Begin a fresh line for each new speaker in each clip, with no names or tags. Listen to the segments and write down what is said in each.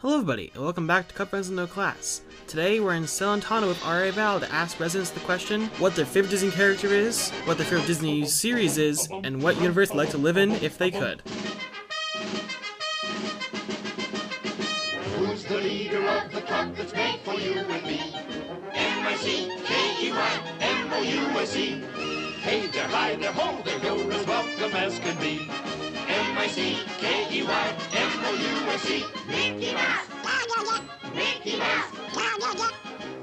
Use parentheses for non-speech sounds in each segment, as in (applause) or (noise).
Hello everybody, and welcome back to Cup Friends in No Class. Today we're in Celentano with R.A. Val to ask residents the question what their favorite Disney character is, what their favorite Disney series is, and what universe they'd like to live in if they could.
Who's the leader of the club that's made for you and me? M-I-C-K-E-Y, M-O-U-S-E. E. Hey there, hi there, ho there, you're as welcome as can be. M-I-C-K-E-Y, M-O-U-S-E. Mickey Mouse, Mickey Mouse,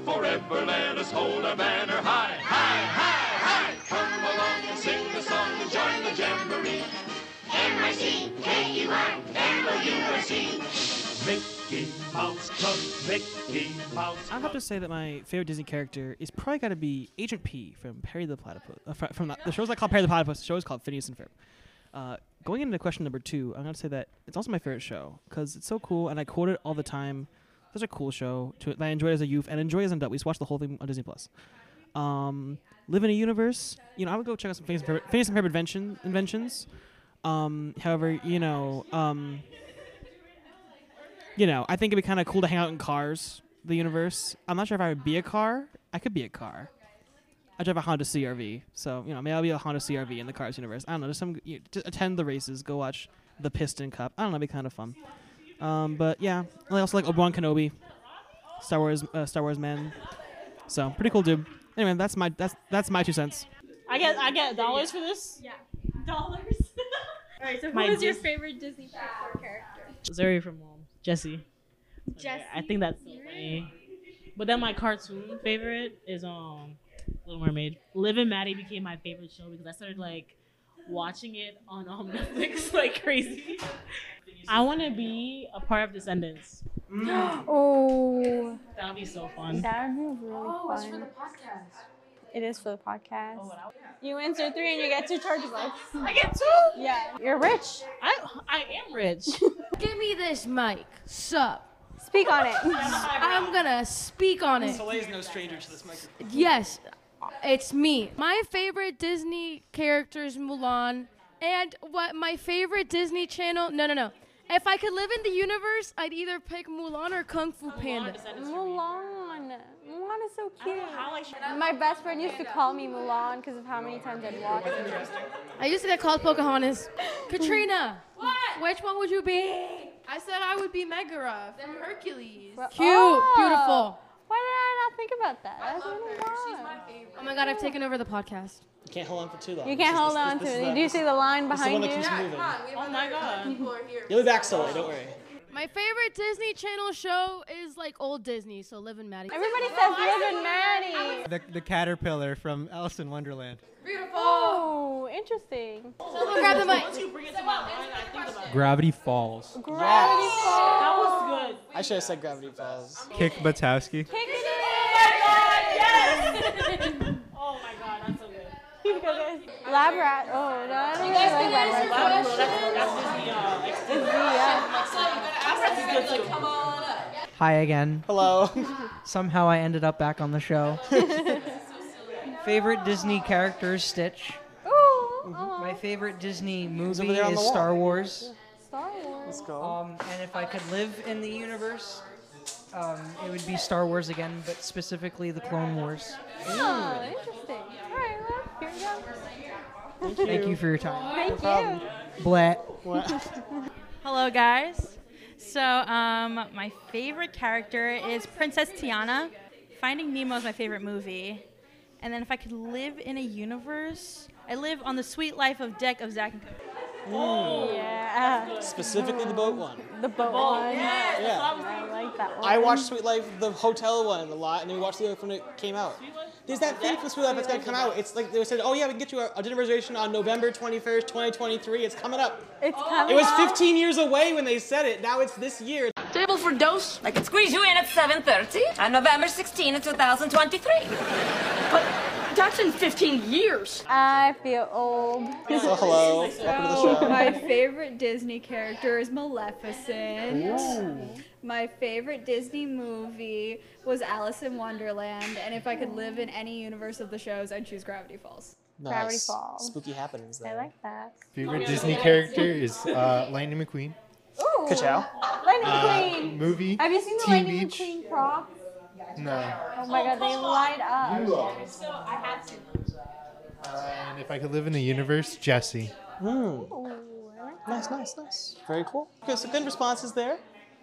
forever let us hold our banner high, high, high, high. Come along and sing the song and join the jamboree. M-I-C-K-E-Y, M-O-U-S-E. E. Mickey Mouse Club, Mickey Mouse
I have to say that my favorite Disney character is probably got to be Agent P from Perry the Platypus. Uh, fr- from the, the show's not called Perry the Platypus. The show is called Phineas and Ferb. Uh, going into question number two, I'm gonna say that it's also my favorite show because it's so cool and I quote it all the time. Such a cool show to, that I enjoyed as a youth and enjoy as an adult. We used to watch the whole thing on Disney Plus. Um, live in a universe. You know, I would go check out some Phineas and Ferb, Phineas and Ferb invention, inventions. Um, however, you know. Um, you know, I think it'd be kind of cool to hang out in cars, the universe. I'm not sure if I would be a car. I could be a car. I drive a Honda CRV, so you know maybe I'll be a Honda CRV in the cars universe. I don't know. Just some, you, just attend the races, go watch the Piston Cup. I don't know, it'd be kind of fun. Um, but yeah, I also like Obi Wan Kenobi, Star Wars, uh, Star Wars man. So pretty cool dude. Anyway, that's my that's that's my two cents.
I get I get dollars for this.
Yeah. Dollars. All right. So who
My
is your
Dis-
favorite Disney Pixar character?
Zuri from um, Jesse.
Jesse.
I think that's so
Zuri?
funny. But then my cartoon favorite is um Little Mermaid. Liv and Maddie became my favorite show because I started like watching it on um, (laughs) Netflix like crazy. I want to be a part of Descendants.
Oh,
That would be so fun.
that would be really fun.
podcast.
It is for the podcast.
Oh, and I-
You answer three and you get two charge lights.
I get two.
Yeah, you're rich.
I I am
(laughs)
rich.
Give me this mic. Sup.
Speak on it.
I'm gonna speak on it.
Soleil's no stranger to this microphone.
Yes, it's me. My favorite Disney character is Mulan. And what my favorite Disney channel? No, no, no. If I could live in the universe, I'd either pick Mulan or Kung Fu Panda.
Descendants for me.
Mulan. Mulan is so cute.
How like
My best friend used to call me Mulan because of how many times I'd watched it.
I used to get called
(laughs)
Pocahontas. Katrina. What? Which one would you be?
I said I would be Megara from Hercules.
Cute,
Oh,
beautiful.
Why did I not think about that?
I
That's
love her. She's my
Mulan.
favorite.
Oh my god, I've taken over the podcast.
Can't hold on for too long.
You can't hold on to it. Do you see the line behind you?
moving.
We have oh my god. People are here.
You'll be back, Soleil. Don't worry.
My favorite Disney Channel show is like old Disney, so Liv and Maddie.
Everybody says Liv and Maddie.
The, the caterpillar from Alice in Wonderland.
Oh, interesting.
Someone grab the mic.
Gravity Falls.
Gravity Falls.
that was good.
I should have said Gravity Falls.
Kick Batowski.
Kick it in.
Oh my god, that's so good.
(laughs) You guys- Lab rat. Oh, no, I don't really like lab rat. It's the, uh,
Hi again.
Hello.
Somehow I ended up back on the
(laughs)
show. favorite Disney character is Stitch.
Ooh, uh-huh.
My
aw,
favorite Disney movie
over there on
is
the wall.
Star Wars.
Star Wars.
Um, and if I could live in the universe, um, it would be Star Wars again, but specifically the Clone Wars.
Oh, interesting. All right, well, here we go.
Thank you for your time.
Thank you.
Blat.
Hello, guys. So, um, my favorite character is Princess Tiana. Finding Nemo is my favorite movie. And then, if I could live in a universe, I live on the sweet life of Deck of Zack and Cody.
Yeah,
Specifically the boat one.
the boat one.
Yeah.
I like that one.
I watched Sweet Life, the hotel one, a lot, and then we watched the other when it came out. There's that thing from Sweet Life that's gonna come out. It's like they said, oh yeah, we can get you a, a dinner reservation on November 21st, 2023. It's coming up.
It's coming
It was
up.
15 years away when they said it. Now it's this year.
Table for dose. I can squeeze you in at 7.30 on November 16th, 2023. but that's in 15 years.
I feel old.
So hello, welcome to the
(laughs)
show.
My favorite Disney character is Maleficent. My favorite Disney movie was Alice in Wonderland, and if I could live in any universe of the shows, I'd choose Gravity Falls.
Gravity
Nice.
Falls.
Spooky happens
I
there.
like that.
Favorite Disney character is uh, Lightning McQueen.
Ooh.
Ka-chow.
Lightning Lightning
uh,
Queen.
movie.
Have you seen the
Teen
Lightning
Beach?
Queen prop?
No.
Oh my god, they light up.
You are.
So I have to.
And if I could live in a universe, Jesse.
Nice, nice, nice. Mm. Very cool. Okay, so good responses there.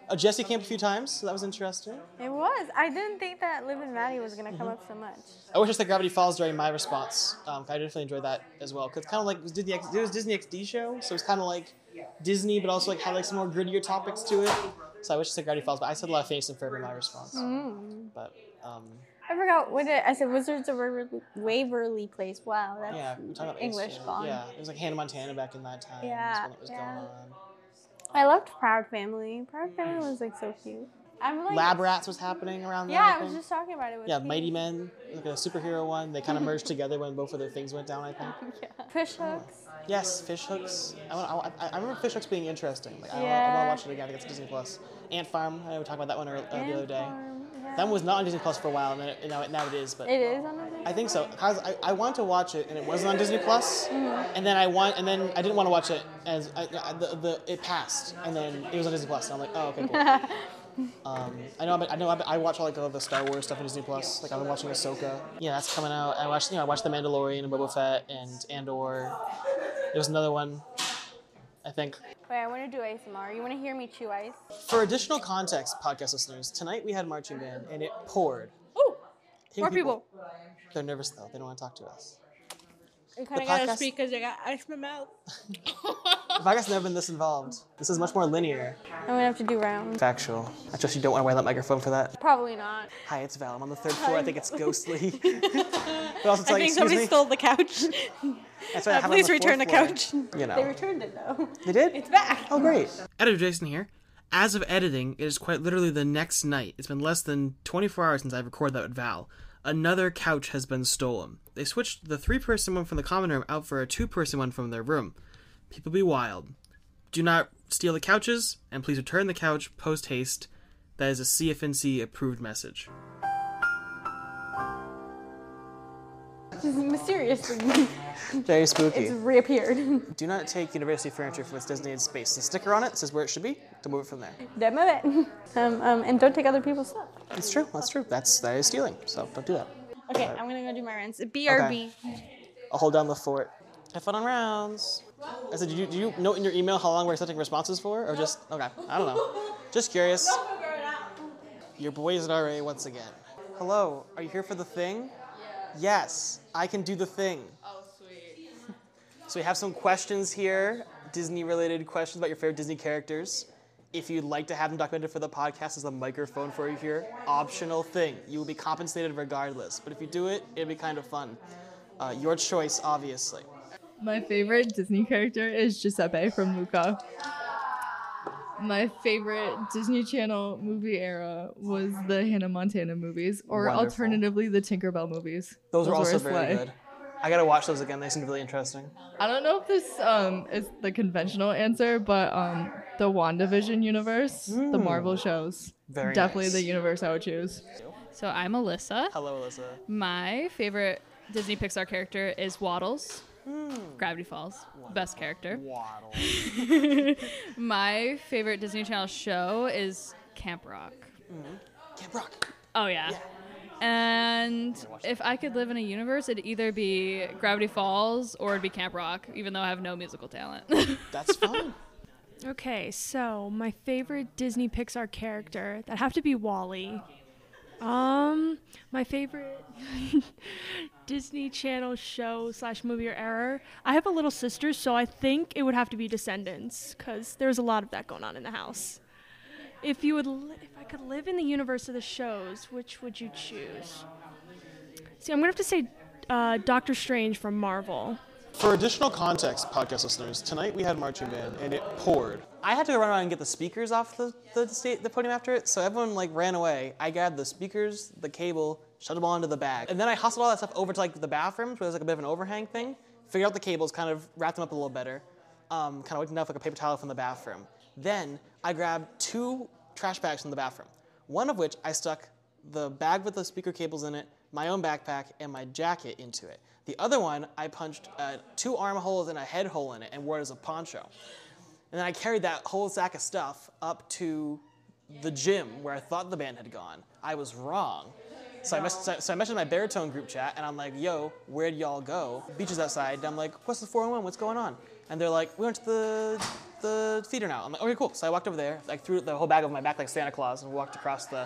Uh, Jesse came up a few times, so that was interesting.
It was. I didn't think that Liv and Maddie was gonna come
Mhm.
up so much.
I wish I said Gravity Falls during my response. Um, I definitely enjoyed that as well. Cause it's kind of like it was Disney X, it was Disney XD show, so it's kind of like Disney, but also like had like some more grittier topics to it. So I wish I said Gravity Falls, but I said a lot of Phineas and Ferb in my response.
Mm.
But um,
I forgot what it. I said Wizards of Waverly, Waverly Place. Wow, that's
yeah, we're talking about
English
Ace,
gone.
Yeah, it was like Hannah Montana back in that time.
Yeah,
That's when it was
yeah.
going on.
I loved Proud Family. Proud Family was like so cute. I'm like
Lab Rats was happening around there,
Yeah,
I
I was
think.
just talking about it. With
Yeah,
Pete.
Mighty Men, like a superhero one. They kind of
(laughs)
merged together when both of their things went down. I think.
Push hooks.
Yes, fish hooks. I, want, I, I remember fish hooks being interesting. Like, I,
Yeah.
want to watch it again. I think it's Disney Plus. Ant Farm. I know we talked about that one ear- uh, the other
Ant
day.
Farm, yeah.
That one was not on Disney Plus for a while, and then it, now, it, now it is. But
It is on the.
I think so. 'cause I, I wanted to watch it, and it wasn't on Disney Plus. And then I want, and then I didn't want to watch it as I, I, the, the it passed, and then it was on Disney Plus, and I'm like, oh okay, cool.
(laughs)
Um, I know, I've been- I know, I've been- I watch all like all the Star Wars stuff on Disney Plus. Like I've been watching Ahsoka. Yeah, that's coming out. I watched, you know, I watched The Mandalorian and Boba Fett and Andor. There was another one, I think.
Wait, I want to do ASMR. You want to hear me chew ice?
For additional context, podcast listeners, tonight we had marching band and it poured.
Ooh,
Think
more people.
They're nervous though. They don't want to talk to us.
You
kinda gotta podcast-
speak because I got ice in my mouth.
The podcast's never been this involved. This is much more linear.
I'm gonna have to do rounds.
Factual. I trust you don't want to wear that microphone for that.
Probably not.
Hi, it's Val. I'm on the third floor. I think it's
(laughs)
ghostly. (laughs) but also, it's
I
like,
think
excuse
somebody
me?
stole the couch.
That's what I
Uh,
have on
please
the
return the
fourth
couch.
floor, you know.
They returned
(laughs)
it though.
They did?
It's back.
Oh, great. Editor Jason here. As of editing, it is quite literally the next night. It's been less than 24 hours since I've recorded that with Val. Another couch has been stolen. They switched the three person one from the common room out for a two person one from their room. People be wild. Do not steal the couches, and please return the couch post haste. That is a CFNC approved message.
This is mysterious.
Very spooky.
it's reappeared.
Do not take university furniture from its designated space. The sticker on it says where it should be to move it from there.
Don't move it. (laughs) Um, um, and don't take other people's stuff.
That's true. That's true. That's that is stealing. So don't do that.
Okay, I'm gonna go do my rounds. BRB.
I'll hold down the fort. Have fun on rounds. I said, did you, did you note in your email how long we're accepting responses for, or just okay? I don't know. Just curious. Your boy is an RA once again. Hello, are you here for the thing? Yes, I can do the thing.
Oh, sweet.
So we have some questions here, Disney-related questions about your favorite Disney characters. If you'd like to have them documented for the podcast, there's a microphone for you here. Optional thing. You will be compensated regardless. But if you do it, it'd be kind of fun. Uh, your choice, obviously.
My favorite Disney character is Giuseppe from Luca. My favorite Disney Channel movie era was the Hannah Montana movies, or
Wonderful.
alternatively, the Tinkerbell movies.
Those were also
a
very
sleigh.
good. I gotta watch those again. They seemed really interesting.
I don't know if this um, is the conventional answer, but um, the WandaVision universe, the
Mm.
Marvel shows,
Very
definitely
nice.
the universe I would choose.
So I'm Alyssa.
Hello, Alyssa.
My favorite Disney Pixar character is Waddles. Gravity Falls, best character. Waddles. My favorite Disney Channel show is Camp Rock.
Camp Rock.
Oh yeah. And if I could live in a universe, it'd either be Gravity Falls or it'd be Camp Rock, even though I have no musical talent. (laughs)
That's fun.
Okay, so my favorite Disney Pixar character that have to be Wally. Um, my favorite (laughs) Disney Channel show slash movie or error. I have a little sister, so I think it would have to be Descendants because there was a lot of that going on in the house. If you would, li- if I could live in the universe of the shows, which would you choose? See, I'm gonna have to say uh, Doctor Strange from Marvel.
For additional context, podcast listeners, tonight we had marching band and it poured. I had to run around and get the speakers off the the, sta- the podium after it, so everyone like ran away. I grabbed the speakers, the cable, shoved them all into the bag, and then I hustled all that stuff over to like the bathrooms where there's like a bit of an overhang thing. Figured out the cables, kind of wrapped them up a little better, um, kind of wiped enough like a paper towel from the bathroom. Then I grabbed two trash bags from the bathroom, one of which I stuck the bag with the speaker cables in it, my own backpack, and my jacket into it. The other one, I punched uh, two armholes and a head hole in it and wore it as a poncho. And then I carried that whole sack of stuff up to the gym where I thought the band had gone. I was wrong. So I, mess- so I- so I messaged my baritone group chat and I'm like, yo, where'd y'all go? Beach is outside. And I'm like, what's the 401? What's going on? And they're like, we went to the, the theater now. I'm like, okay, cool. So I walked over there, like threw the whole bag over my back like Santa Claus and walked across the,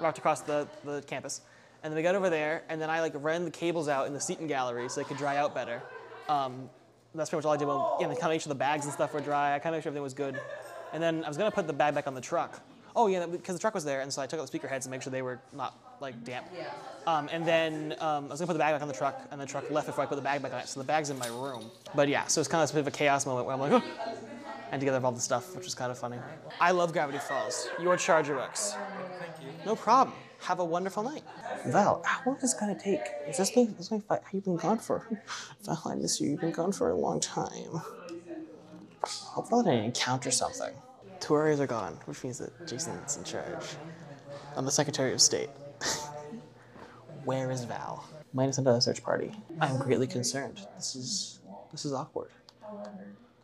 walked across the, the campus. And then we got over there and then I like ran the cables out in the Seton Gallery so they could dry out better. Um, that's pretty much all I did. Well, yeah, kind of make sure the bags and stuff were dry. I kind of make sure everything was good. And then I was gonna put the bag back on the truck. Oh yeah, because the truck was there, and so I took out the speaker heads and make sure they were not like damp. Um, and then um, I was gonna put the bag back on the truck, and the truck left before I put the bag back on it. So the bag's in my room. But yeah, so it's kind of a bit of a chaos moment where I'm like, "Huh," and together with all the stuff, which was kind of funny. I love Gravity Falls. Your charger works. Thank you. No problem. Have a wonderful night. Val, how long is it gonna take? Is this thing? This thing how you been gone for? (laughs) Val, I miss you. You've been gone for a long time. Hopefully, I didn't encounter something. Two areas are gone, which means that Jason's in charge. I'm the Secretary of State. (laughs) Where is Val? Minus another search party. I'm greatly concerned. This is this is awkward.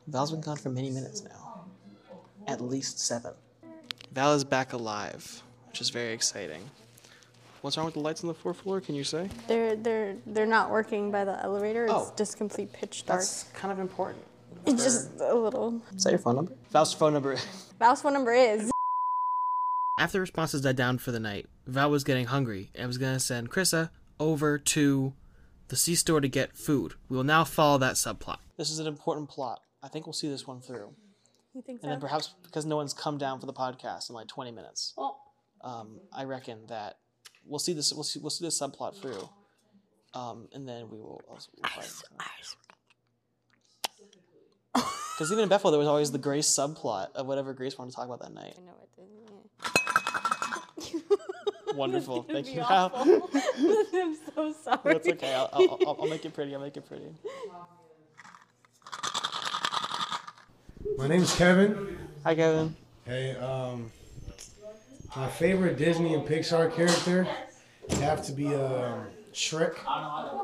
Val's been gone for many minutes now. At least seven. Val is back alive, which is very exciting. What's wrong with the lights on the fourth floor? Can you say?
They're they're they're not working by the elevator. It's
Oh.
just complete pitch dark.
That's kind of important.
It's just a little.
Is that your phone number? Val's phone number.
Val's phone number is.
(laughs) After responses died down for the night, Val was getting hungry and was going to send Krissa over to the sea store to get food. We will now follow that subplot. This is an important plot. I think we'll see this one through.
You think
And then perhaps because no one's come down for the podcast in like 20 minutes, um, I reckon that we'll see this we'll see, we'll see this subplot through, um, and then we will also (laughs) because even in Bethel there was always the Grace subplot of whatever Grace wanted to talk about that night. I know it did. Wonderful, thank you. (laughs) Val.
(laughs) I'm so sorry.
That's okay. I'll, I'll, I'll, I'll make it pretty. I'll make it pretty.
My name's Kevin.
Hi, Kevin.
Hey, um, my favorite Disney and Pixar character would have to be um, Shrek.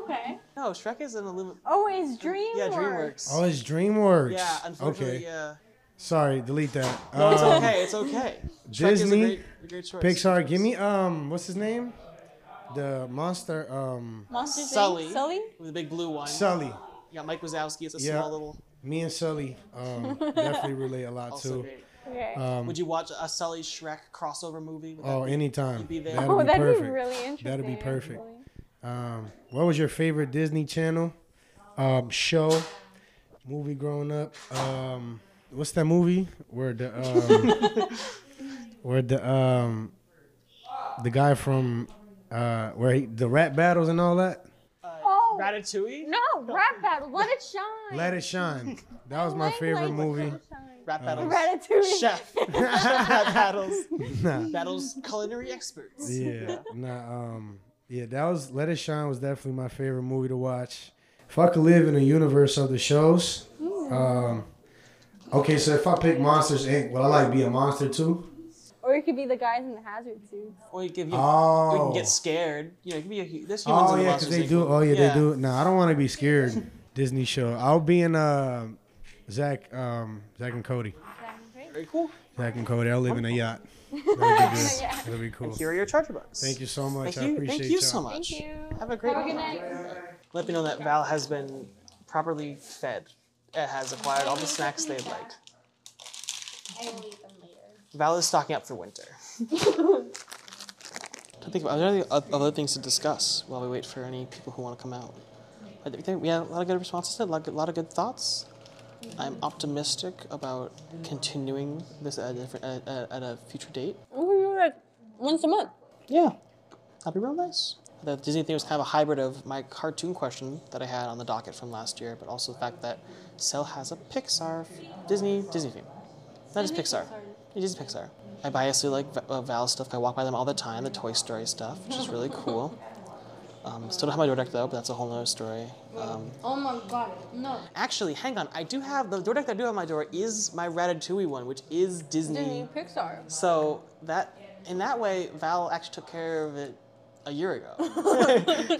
Okay.
No, Shrek is an Illumi-
Oh, it's DreamWorks.
Yeah, DreamWorks.
Oh, it's DreamWorks.
Yeah, unfortunately,
Okay.
yeah.
Sorry, delete that.
No, it's
Um,
okay. It's okay. Shrek is a
Disney,
great- a great choice.
Pixar. Give me um, what's his name? The monster. Um,
Monsters, Inc.
Sully.
Sully?
With the big blue one.
Sully.
Yeah, Mike Wazowski. It's a
yeah.
small little.
Me and Sully
(laughs)
um, definitely relate a lot
Also
too.
great.
Okay.
Um,
Would you watch a Sully Shrek crossover movie? Would that
Oh,
be-
anytime.
you'd be there.
That'd
Oh,
be
that'd be
perfect.
really
That'd be
interesting,
perfect. Um, what was your favorite Disney Channel um, show, movie growing up? Um, what's that movie where the um, where the um, the guy from uh, where he, the rap battles and all that?
uh,
Oh.
Ratatouille?
No, Rat Battle. Let it shine.
Let It Shine. That
(laughs)
was my favorite movie.
Rap
Uh,
battles. (laughs)
Ratatouille. (laughs)
Chef. Rap battles.
Nah.
Battles culinary experts.
Yeah, nah, um, yeah, that was Let It Shine was definitely my favorite movie to watch. If I could live in a universe of the shows, um, okay, so if I pick Monsters Inc., would I like be a monster too?
Or it could be the guys in the hazard suits.
Or you give you.
Oh.
Or you can get scared. You know, you can be a. hu- There's humans
Oh
in
yeah,
Monsters,
because they
Inc.
do. Oh yeah, they do. Nah, I don't want to be scared. Disney show. I'll be in uh, Zach, um, Zach and Cody.
Very cool.
Zach and Cody. I'll live in
(laughs)
a yacht. That'd be, good.
Yeah.
That'd be cool.
And here are your charger bucks.
Thank you so much.
Thank
I
you-
appreciate
thank you
y'all.
so much. Thank you. Have a great Let me know that Val has been properly fed. It has acquired all the snacks they'd like. Val is stocking up for (laughs) winter. I think are there any oth- other things to discuss while we wait for any people who want to come out? I think that we had a lot of good responses, a lot of good, lot of good thoughts. I'm optimistic about continuing this at a, different, at, at, at a future date.
Oh, like once a month.
Yeah. That'd be real nice. The Disney thing was kind of a hybrid of my cartoon question that I had on the docket from last year, but also the fact that Cell has a Pixar Disney Disney theme. Not just Pixar. It is Pixar. I biasly like Va- uh, Val's stuff. I walk by them all the time, the Toy Story stuff, which is
(laughs)
really cool. Um, still don't have my door deck though, but that's a whole nother story. Um,
Oh my god, no.
actually, hang on. I do have the door deck that I do have on my door is my Ratatouille one, which is Disney.
Pixar.
So that in that way, Val actually took care of it a year ago.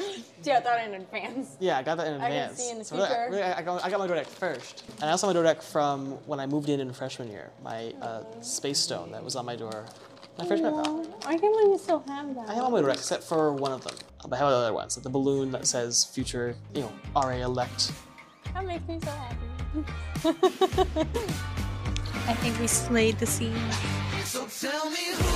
(laughs) Yeah, I thought in advance.
Yeah, I got that in
I can
advance.
see in the
So really, I-
future.
really, I, got, I got my Dordeck first. And I also have my Dordeck from when I moved in in freshman year. My uh, space stone that was on my door. My freshman pal.
I can't believe you still have that.
I have all my Dordeck except for one of them. But I have other ones. Like the balloon that says future, you know, RA elect.
That makes me so happy.
I think we slayed the scene.
So tell me who